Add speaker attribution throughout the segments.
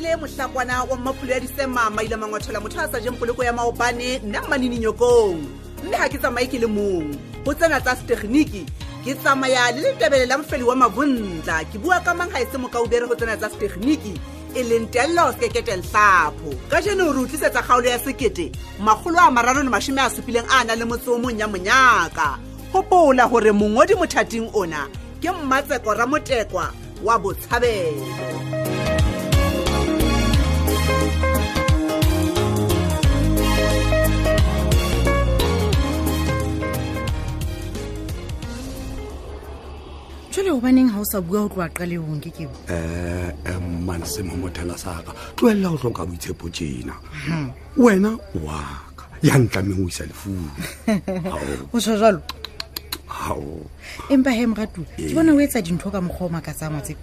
Speaker 1: nakwana wa mmapholo ya disema maila mangwathola motho a sa jeng poloko ya maopane nna mmanini nyokong mme ga ke tsamaye ke le mong go tsena tsa setegeniki ke tsamaya le letebele la mofeli wa mabontla ke bua ka mang ga e se mokaubere go tsena tsa setegeniki e leng tello sekete letlhapho ka jeno re utlwisetsa kgaolo ya sekete magolo a mararo le mašome a supileng a na le motsomong ya monyaka gopola gore mongwedi mothating ona ke mmatseko ramotekwa wa botshabelo
Speaker 2: jole gobaneng ga o sa bua o tlo a qaleong ke keo
Speaker 3: Eh, mmane se mamothela saka tloelela go tlhoka boitshepo tjena wena waka ya ntlameng o isa lefung
Speaker 2: o so jalo
Speaker 3: gao
Speaker 2: empa he moratuo ke bona o etsa dintho ka mokgwa o makatsangwa tse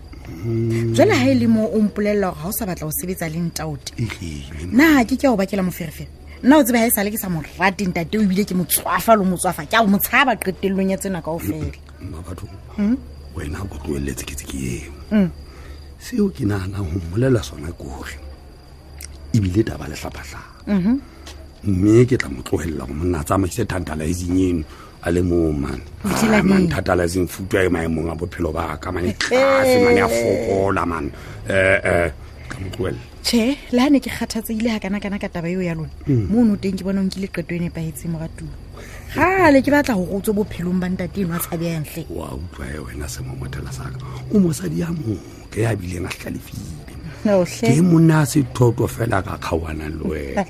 Speaker 2: jale ga e le mo o mpolelela gore ga o sa batla go sebetsa le ntaote
Speaker 3: e etlile
Speaker 2: nna ga ke ke a o bakela moferefere nna o tseba ga e sale ke sa mo rate ntate o ebile ke motswafa le o motswafa ke a o mo tshaba qetellong ya tsena kao fela
Speaker 3: mabatho wena o tloeletse ke tse ke eo seo ke naganang go mmolela sona kore ebile taba letlhapatlhapa mme ke tla mo tlogelela go monna a tsamaise tantalizing eno a le moo
Speaker 2: Fitlhela neng?
Speaker 3: mane tantalizing futo e maemong a bophelo ba ka Ah, mane tlase mane a fokola mane ee ka mo tloelela
Speaker 2: tšhe le ga ne ke kgathatsegile ga kana-kana ka taba eo ya lona mo o ne o teng ke bona o nkile qeto e nepagetseng moratuo gale ke batla go gotswe bophelong ba ntate eno a tshabeyangtle
Speaker 3: wa utlwa e wena semomothela saka o mosadi ya moke ya bileng a tlalefile ke
Speaker 2: otlhe
Speaker 3: monna a sethoto fela ka kgaoanang le wena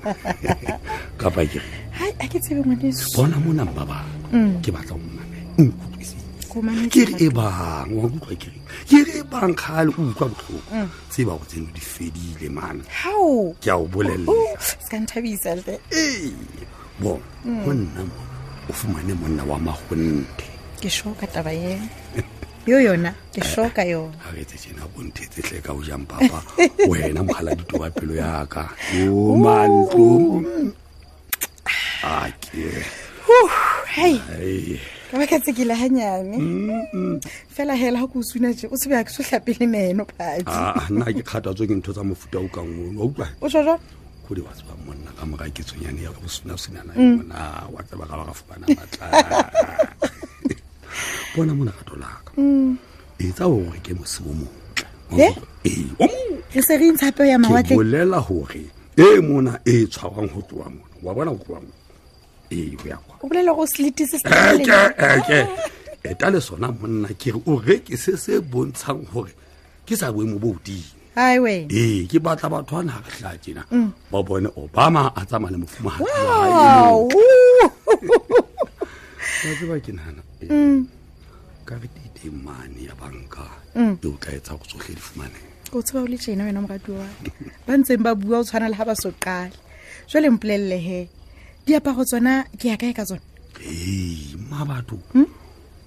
Speaker 3: kapa kere
Speaker 2: a ke tsebe ngwaneso
Speaker 3: bona mona ba bang ke batla omane nkutlwisise
Speaker 2: Komane
Speaker 3: Mm. ke re e bang wa kutlwa kereng ke re e bang kgale o utlwa botlhoko tseba go tseno di fedile mana
Speaker 2: gao
Speaker 3: ke a o bolelela
Speaker 2: se ka nthabisatle
Speaker 3: ee bona go nna mona o fumane monna wa magonte
Speaker 2: ke shoka taba e yo yona ke shoka yona
Speaker 3: ga re tse tsena bonthetse tle ka o jang papa wena mogala ditoba pelo yaka o mantlo Ah, ake
Speaker 2: hai
Speaker 3: ai
Speaker 2: ka baka tsekile ganyane fela hela ga ko o suna je o tsebe ya ke sotlhapele meno phadi
Speaker 3: Ah, nna ke kgathatswe ke ntho tsa mofuta o kang ono wa utlwa
Speaker 2: o sojo
Speaker 3: kodi wa tseba monna ka moka ke tshwenyane ya bosenasenana mona wa tseba ka ba ka fumana matla bona mona ka tolaka e tsa gore ke mosebo montle Wa
Speaker 2: Eh?
Speaker 3: utlwa? ee wa mo-
Speaker 2: re se re intsha peo ya
Speaker 3: ke
Speaker 2: mawatle
Speaker 3: bolela gore e mona e tshwarang go tloa mona wa bona go tloa mona ee o ya kwa
Speaker 2: o bolela go seletise se
Speaker 3: eke eke eta le sona monna ke re o reke se se bontshang gore ke sa boemo bo odimo
Speaker 2: hai wena
Speaker 3: ee E, ke batla batho a naga tlha tjena
Speaker 2: Mm.
Speaker 3: ba bone obama a tsamaya le mofumagadi wa hae.
Speaker 2: Wow.
Speaker 3: Wa tseba e ke nagana
Speaker 2: Mm.
Speaker 3: karete e teng mane ya banka
Speaker 2: Mm.
Speaker 3: e o tla etsa go tsotlhe di fumaneng
Speaker 2: o tseba o le tjena wena morati waka ba ntseng ba bua o tshwana le ga ba so qale jwale mpolelele he diaparo tsona ke ya kae ka tsona
Speaker 3: ee mma batho
Speaker 2: Mm.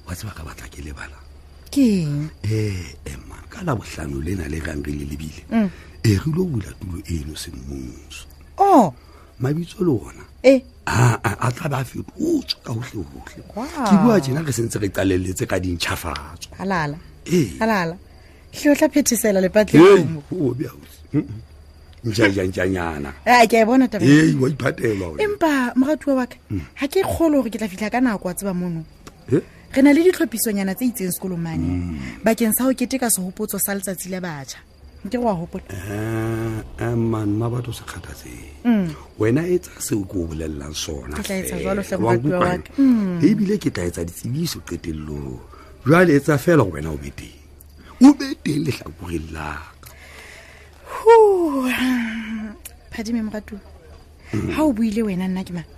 Speaker 3: wa tseba ka batla ke lebala
Speaker 2: ke eng
Speaker 3: ee ema ka la bohlano le na le rang re le lebile
Speaker 2: Mm.
Speaker 3: ee re ilo bula tulo eno semmuso
Speaker 2: o
Speaker 3: mabitso le ona
Speaker 2: e
Speaker 3: aa a tla be a fetotswe ka gotlhegotlhe
Speaker 2: Wow.
Speaker 3: ke bua jena re sentse re qaleletse ka dintšhafatso
Speaker 2: alala
Speaker 3: ee
Speaker 2: alala hle o tla phethesela lepatleng
Speaker 3: njajanjanyana
Speaker 2: a ke a e bona taba ena.
Speaker 3: ei wa iphatela wena.
Speaker 2: empa moratuwa waka ga ke kgolo gore ke tla fitlha ka nako a tseba mono
Speaker 3: Eh?
Speaker 2: re na le ditlhophisonyana tse itseng sekolong mane bakeng sa go keteka segopotso sa letsatsi la batšha ke go a gopola
Speaker 3: Eh, eh, man ma batho se kgathatseng wena e tsa seo ke o bolelelang sona
Speaker 2: Ke tla etsa
Speaker 3: feela.
Speaker 2: jwalo hle,
Speaker 3: Wa
Speaker 2: moratuwa
Speaker 3: nkutlwa
Speaker 2: wa
Speaker 3: ena?
Speaker 2: ka.
Speaker 3: ebile ke tla etsa ditsebiso qetellong jwale e tsa fela go wena o be teng o be teng letlhakoreng laka
Speaker 2: phadime moratuwa ga o buile wena nna ke mang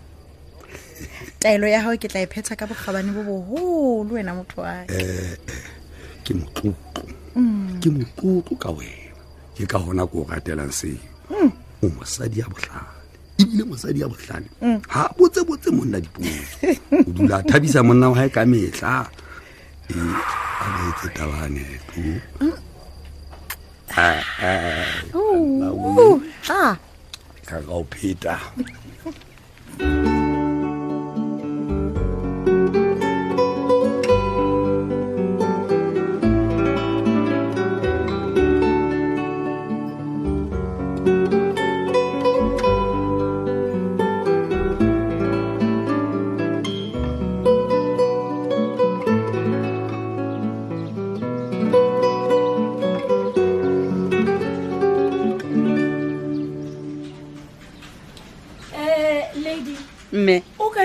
Speaker 2: taelo ya gago ke tla e phetha ka bokgabane bo bogolo wena motho wake
Speaker 3: ke motlotlo ke motlotlo ka wena ke ka gona ko o ratelang seo o mosadi ya botlhale ebile mosadi ya botlhale ga botsebotse monna dipotso o dula a thabisa monna wa gae ka metlha ee a beetse tabaneto
Speaker 2: a
Speaker 3: ka ka o pheta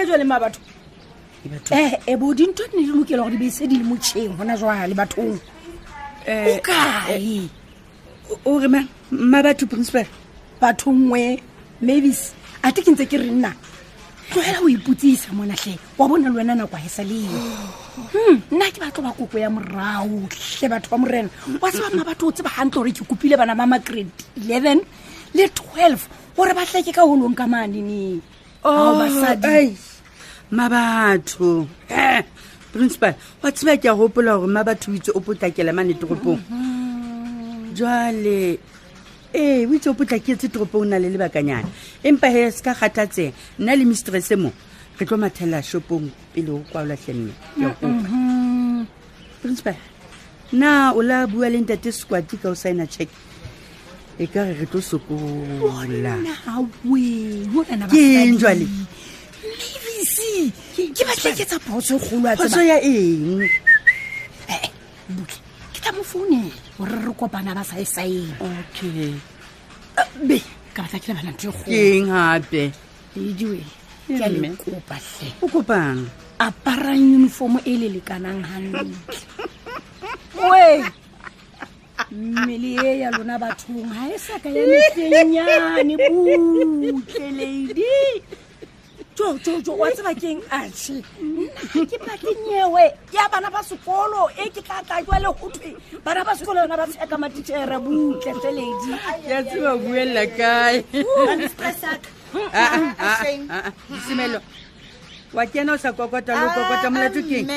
Speaker 4: jwale ma batho
Speaker 5: batho.
Speaker 4: ee e bo dintho di ne di lokela gore di be se di le motšheng gona jwale bathong
Speaker 6: Eh,
Speaker 4: o kae
Speaker 6: ore ma ma batho principal
Speaker 4: batho nngwe mavis a te ke ntse ke re nna tlogela o iputsisa monatlhe wa bona le wena nako e a esa leo Hmm, nna ke batlo ba koko ya morago tlhe batho ba morena wa se bama batho o tseba gantle gore ke kopile bana ba magrade eleven le twelve gore ba tleke ka olong ka maneneng ao basadi
Speaker 6: ma batho Eh, principal wa tseba ke a gopola gore ma batho o itse o potlakela mane toropong jale ee Eh, o itse o potlaketse toropong o na le lebakanyana empa he se ka kgathatsega nna le mistresse mo re tlo mathela shopong pele go kwa olatlhemme principal na o la bua le ntate sekwati ka o signa check e ka re re tlo sokola
Speaker 4: nawe morena
Speaker 6: Keng jwale?
Speaker 4: mavisi ke batleketsa phoso e kgolo a
Speaker 1: e-
Speaker 6: phoso ya eng
Speaker 4: butle ke tla mo founela gore re kopana ba sa e saeng
Speaker 6: okay
Speaker 4: be ka batla ke lebala ntho
Speaker 6: ke
Speaker 4: e
Speaker 6: eng gape
Speaker 4: golediwe ke a
Speaker 6: Mme.
Speaker 4: le kopa tle
Speaker 6: o kopang
Speaker 4: aparang uniform e le lekanang gantle oe mmele e ya lona bathong ga e saka ya mefenyane butleledi jojojo wa tseba keng atšhe nna ke batlenyewe ya bana ba sekolo e ke tla tla jwa le gotwe bana ba sekolo yona ba tsheka matitšhere butle feledi
Speaker 6: ke a tseba buelela kae
Speaker 2: Ah,
Speaker 6: semelo wa kena o sa kokota le o
Speaker 1: Ah,
Speaker 6: kokota molato keng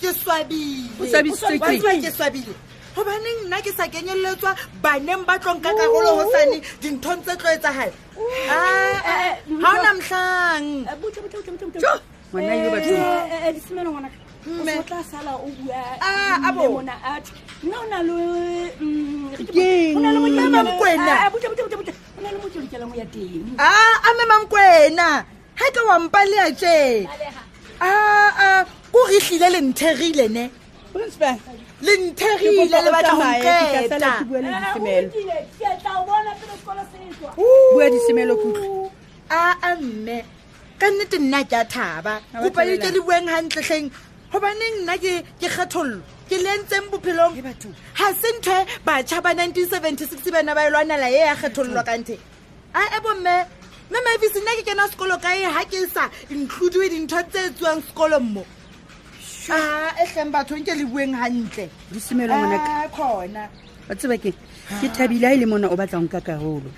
Speaker 2: ke swabile
Speaker 6: O swabisitswe
Speaker 2: Wa tseba
Speaker 6: keng?
Speaker 2: ke swabile gobaneng nna ke sa kenyeletswa baneng ba tlong ka karolo go sane dinthong tse tlo Ah, etsagale ga ona motlhang
Speaker 4: butle
Speaker 6: ngwana
Speaker 4: Eh,
Speaker 6: yo batho
Speaker 4: disemelo ngwanaka o
Speaker 2: Mme.
Speaker 4: so tla sala eh, mm, o
Speaker 2: Hmm. Ah, a bo.
Speaker 4: buamona atho nna o na le mm, re ke-
Speaker 6: Keng?
Speaker 4: o na le monyana-
Speaker 2: Mama Mokwena.
Speaker 4: Ah, ah, botja, botja, botja, botja. O na le motho o lokelang ho ya teng
Speaker 2: a a memang kwena ga ke wampa le ya tse aa ko re tlile le ntherile ne
Speaker 6: principal
Speaker 2: le
Speaker 6: ke
Speaker 2: ntherile
Speaker 6: kopa
Speaker 2: le
Speaker 6: o
Speaker 2: batla
Speaker 6: tsamaye, ke tla sala
Speaker 2: gonketa
Speaker 6: ke bua eh, le
Speaker 4: Ah, o
Speaker 6: disemelo
Speaker 4: lokile, ke tla o bona pele sekolo se tswa.
Speaker 6: bua disemelo kutlwe
Speaker 2: aa mme ka nnete nna ke a thaba
Speaker 6: Ha ba
Speaker 2: kopa e
Speaker 6: thabela.
Speaker 2: ke di bueng gantletlheng gobaneng nna ke ke kgethololo ke le ntseng bophelong
Speaker 6: Hei batho.
Speaker 2: ga se ntho e batšha ba 1976 bana ba e lwanela e ya kgethololo ka nthe a e bomme mme mafisi nna ke kena sekolo kae ga ke sa includiwe dintho tse tswang sekolong mo a e tleng bathong ke le bueng gantle
Speaker 6: disemelo ngwanaka
Speaker 2: kgona
Speaker 6: wa tseba keng ke thabile ha e le mona o batla nka karolo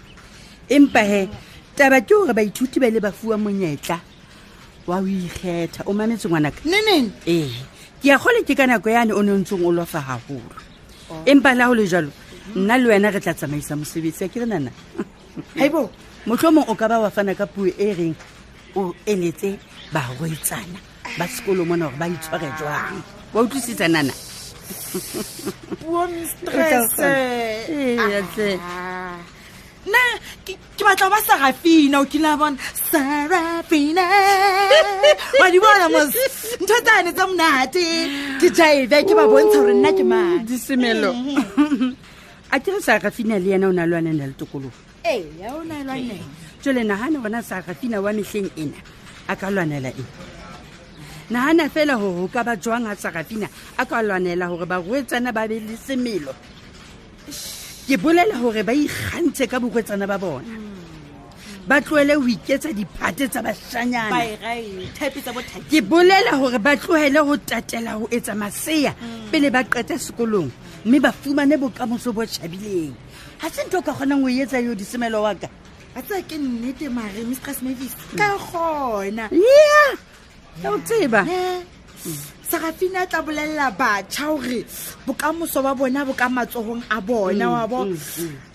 Speaker 6: empa he taba ke gore baithuti ba ile ba fuwa monyetla wa ho ikgetha o mametse ngwanaka
Speaker 2: neneng
Speaker 6: ee ke a gole ke ka nako yane o ne o ntseng o lwafa gagolo empa le ha go le jalo nna le wena re tla tsamaisa mosebetsi a ke re nana
Speaker 2: gaibo
Speaker 6: motlhomong o ka ba wa fana ka puo e reng o eletse barwetsana ba sekolo mona gore ba itshware jwang wa utlwisisa nana
Speaker 2: puomstress
Speaker 6: Ee, ya tle.
Speaker 2: nna ke ke batla ho ba serafina o kile a bona serafina wa di bona mos ntho tsane tsa monate ke jaive
Speaker 6: Eh,
Speaker 2: ke ba bontsha gore nna ke mane
Speaker 6: disemelo a ke eh, re sarafina le yena o ne a lwanena le tokologo
Speaker 2: ee o na e lwaneng
Speaker 6: jole nagana gona sarafina wa metlheng ena a ka lwanela eng nagana fela gore o ka ba jwang a sarafina a ka lwanela gore barwetsana ba be le semelo ke bolela gore ba ikgantshe ka borwetsana ba bona ba tloele go iketsa diphate tsa bašanyana
Speaker 2: byrithepe tsa bothaki
Speaker 6: ke bolela gore ba tlogele go tatela go etsa masea pele ba qete sekolong mme ba fumane bokamoso bo tšhabileng ga se ntho o ka kgonang go etsa yo disemelo wa ka
Speaker 2: a tsa ke nnete mare mistress mavis ka gona
Speaker 6: ea ka o tseba
Speaker 2: Eh, serafina a tla bolelela batšha gore bokamoso ba bona bo ka matsogong a bona
Speaker 6: Mm,
Speaker 2: wa bo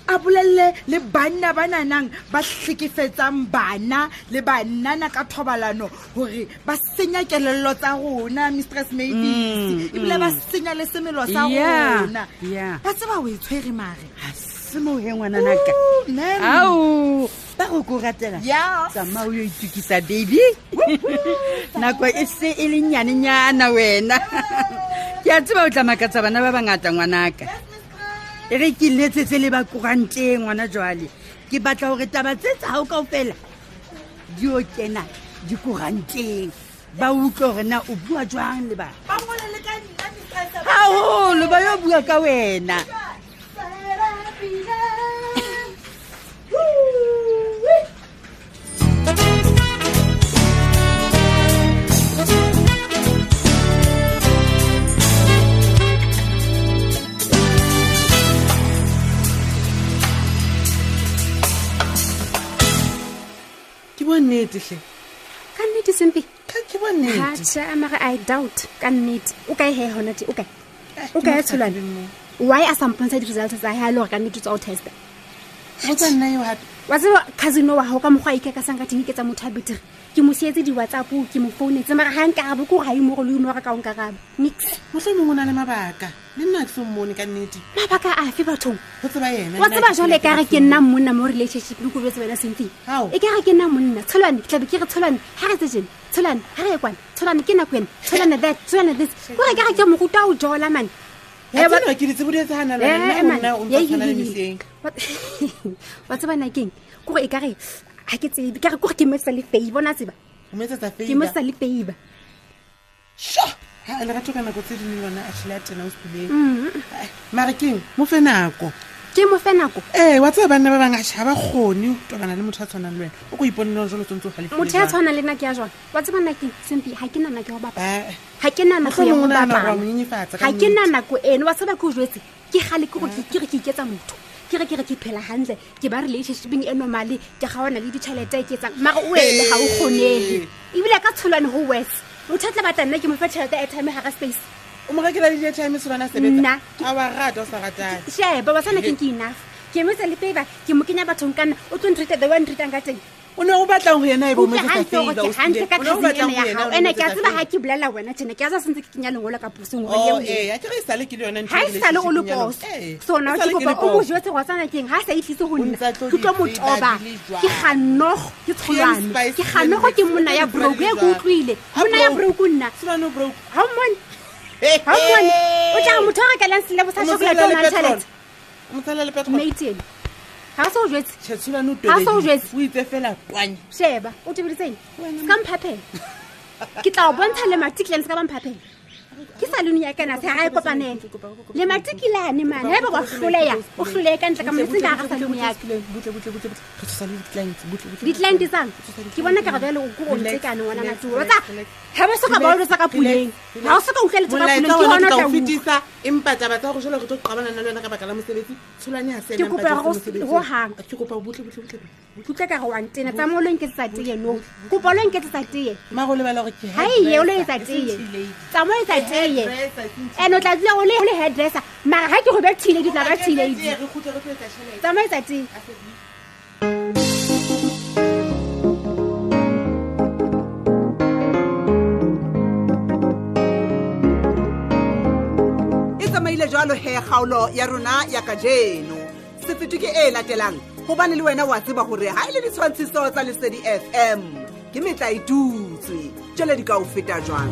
Speaker 2: a bolelele le banna ba nanang ba tlhekefetsang bana le bannana ka thobalano gore ba senya kelello tsa rona mistress madis ebile ba senya le semelo sa
Speaker 6: Mm, Yeah,
Speaker 2: rona
Speaker 6: yeah.
Speaker 2: ba tseba o e tshwere mare
Speaker 6: ga se mohe ngwananaka
Speaker 2: Ooh, man.
Speaker 6: ao ba go ko ratela
Speaker 2: Yeah.
Speaker 6: tsamao yo itukisa baby nako e se e le nyanenyana wena ke a tseba o tlamakatsa bana ba bangata ngwanaka e re ke letsetse le bakoranteng ngwana jwale ke batla gore taba tse tsao kao fela di o kena dikoranteng ba utlwe gore na o bua jwang le batho
Speaker 7: ba ngole le ka nna mistrese
Speaker 6: gagolo ba yo bua ka wena
Speaker 1: ke bonnetetlhe
Speaker 8: ka nnete sempe
Speaker 1: ke bonnete
Speaker 8: aa mare i doubt ka nnete o kae he gona te o kae
Speaker 1: Eh,
Speaker 8: o kae tsholwane why a sampontsha di-results tsa ga le gore ka nnete tsa o testa
Speaker 1: botsa nna eo gape
Speaker 8: wa tseba casino wa gago ka mokgwa ike ka sang ka thengike tsa motho a betere ke mo sietse di-whatsapp ke mo founetse mara ga nkarabo ke e gore ga imo gore le imo gore ka o nkarabo nix
Speaker 1: motlhaneng o na le mabaka le nna ke sommone ka nnete
Speaker 8: mabaka a fe bathong
Speaker 1: go tseba ena
Speaker 8: wa tseba jale ka re ke nna monna mo relationship le kobetse wena sentseng
Speaker 1: Ao.
Speaker 8: e ka re ke nna monna tsholwane ke tlabe ke re tsholwane ga re tsejene tsholwane ga re ekwane tsholwane ke nako ena tsholwane that tsholwane this kore ke re ke moruta o jola mane
Speaker 1: ena ke ditsebodietsagana
Speaker 8: Eh, eh, man.
Speaker 1: lona o
Speaker 8: Yei,
Speaker 1: ntshwana le
Speaker 8: yei, yei.
Speaker 1: meseng
Speaker 8: Wa- wa tseba nakeng kore e kare ga ke tsebe ka re kore ke metsetsa le fei bona tseba
Speaker 1: o metsetsa
Speaker 8: ke metsetsa le feiba
Speaker 1: ha le rato ka nako tse dingwe lona a tlhile a tena o sepileng mare keng mo fe nako
Speaker 8: ke mo fe nako
Speaker 1: ee Eh, wa tseba banna ba bangwe ašha ba kgone ho tobana le motho a tshwanang le wena o ko iponela jalo tsontse o
Speaker 8: motho ya tshwanang le nna ke ya jwang wa tseba nakeng sempi ga ke nana ke go bapa
Speaker 1: galefile
Speaker 8: ga ke nana go ya
Speaker 1: Mohlomong o
Speaker 8: go
Speaker 1: nahana hore wa
Speaker 8: bapala
Speaker 1: mo nyenyefatsa ka
Speaker 8: ga ke
Speaker 1: nnete. Eh.
Speaker 8: nana ko eno wa tseba ke o jwetse ke gale ke gore ke- ke re ke iketsa motho ke re ke re ke phela gantle ke ba relationshipeng e normale ke ga ona le ditšhelete ke etsang mara o ene
Speaker 1: Eh.
Speaker 8: ga o kgonege ebile ka tsholwane go wes motho a tla batla nna ke mo fa tšhelete ya time gara space
Speaker 1: o mo rekela le ditime solwana
Speaker 8: Nna.
Speaker 1: sebetsa a wa rata o sa ratane
Speaker 8: sheba wa sana keng ke enough ke emetsa le favor ke mo kenya bathong kana o tlo ntreata the one treatang ka teng
Speaker 1: o ne o batlang ho yena e
Speaker 8: Ke utlwa hantle hore ke hantle ka cousin ena ya hao ene ke a
Speaker 1: bomosetsaeeae
Speaker 8: tseba ga Eh, ke bolela wena tjena ke a sa sentse ke kenya lengolo ka puseng
Speaker 1: akere e sale ke Eh, le yona
Speaker 8: ga e sale o le boso so
Speaker 1: e
Speaker 8: na ke kopa o mojetse wa tsana keng ga a sa itlhise go
Speaker 1: O ntsa
Speaker 8: nna
Speaker 1: tlo
Speaker 8: ke tlo mo
Speaker 1: di favour
Speaker 8: toba
Speaker 1: di le
Speaker 8: ke
Speaker 1: jwang.
Speaker 8: ganogo ke tsholwane ke ganogo ke monna ya broke e ke utlwile monna ya broke o nna ga mmone
Speaker 1: Eh,
Speaker 8: ga mmone o tla motho o rekelang selebo sa chocolate o nang tšhelete
Speaker 1: motshela le petrol
Speaker 8: maitsene ga o se o jetse
Speaker 1: tšhetsolane o
Speaker 8: Ha se o
Speaker 1: tobeditse,
Speaker 8: jwetse.
Speaker 1: o itse fela twanye
Speaker 8: sheba o tebeditseng se ka mphapela ke tla o bontsha le matikilane se ka ba mphapela ke salone ya kana se ga e kopanela le matikilane mane ga e ba wa hloleya o hloleye ka ntle ka moletseng ka ga salone yaka
Speaker 1: re tsosa le di-clients, butle, butle, butle.
Speaker 8: ditlaente tsang ke bona ka gabjale o kore o ntsekane ngwana maturo tsa ga ba soka ba olosa ka puleng ga o soka utlweletsa ka puleng
Speaker 1: molaetsa
Speaker 8: ke
Speaker 1: ona
Speaker 8: gona
Speaker 1: ke tla
Speaker 8: o tla
Speaker 1: o
Speaker 8: utlwa
Speaker 1: fetisa empa taba tsa go jalo re tlo qabana le wena ka baka la mosebetsi tsholwane ha se
Speaker 8: Ke
Speaker 1: ena mpa
Speaker 8: kopa
Speaker 1: tsa
Speaker 8: go-
Speaker 1: mosebetsi.
Speaker 8: go hang.
Speaker 1: Ke kopa butle, butle, butle, butle.
Speaker 8: kutlwe ka re wantena tsa mo o lo nketsetsa teye no kopa o lo nketsetsa teye
Speaker 1: Mma go lebala gore ke
Speaker 8: ga eye o lo
Speaker 1: hairdresser,
Speaker 8: etsa teye
Speaker 1: eseng tee lady.
Speaker 8: tsa mo etsa teye
Speaker 1: Hairdresser, eseng tee-
Speaker 8: and o tla dula o le o le hairdresser mara ga ke go bethile di tla ba
Speaker 1: Hairdresser,
Speaker 8: theledi
Speaker 1: re kgutle re tlo etsa tjhelete.
Speaker 8: tsa mo etsa tee
Speaker 1: e tsamaile jalo he kgaolo ya rona ya ka jeno sefeto ke e latelang gobane le wena wa tseba gore ga e le ditshwantshiso tsa lesedi fm ke metla e tutswe tšele di ka o feta jwang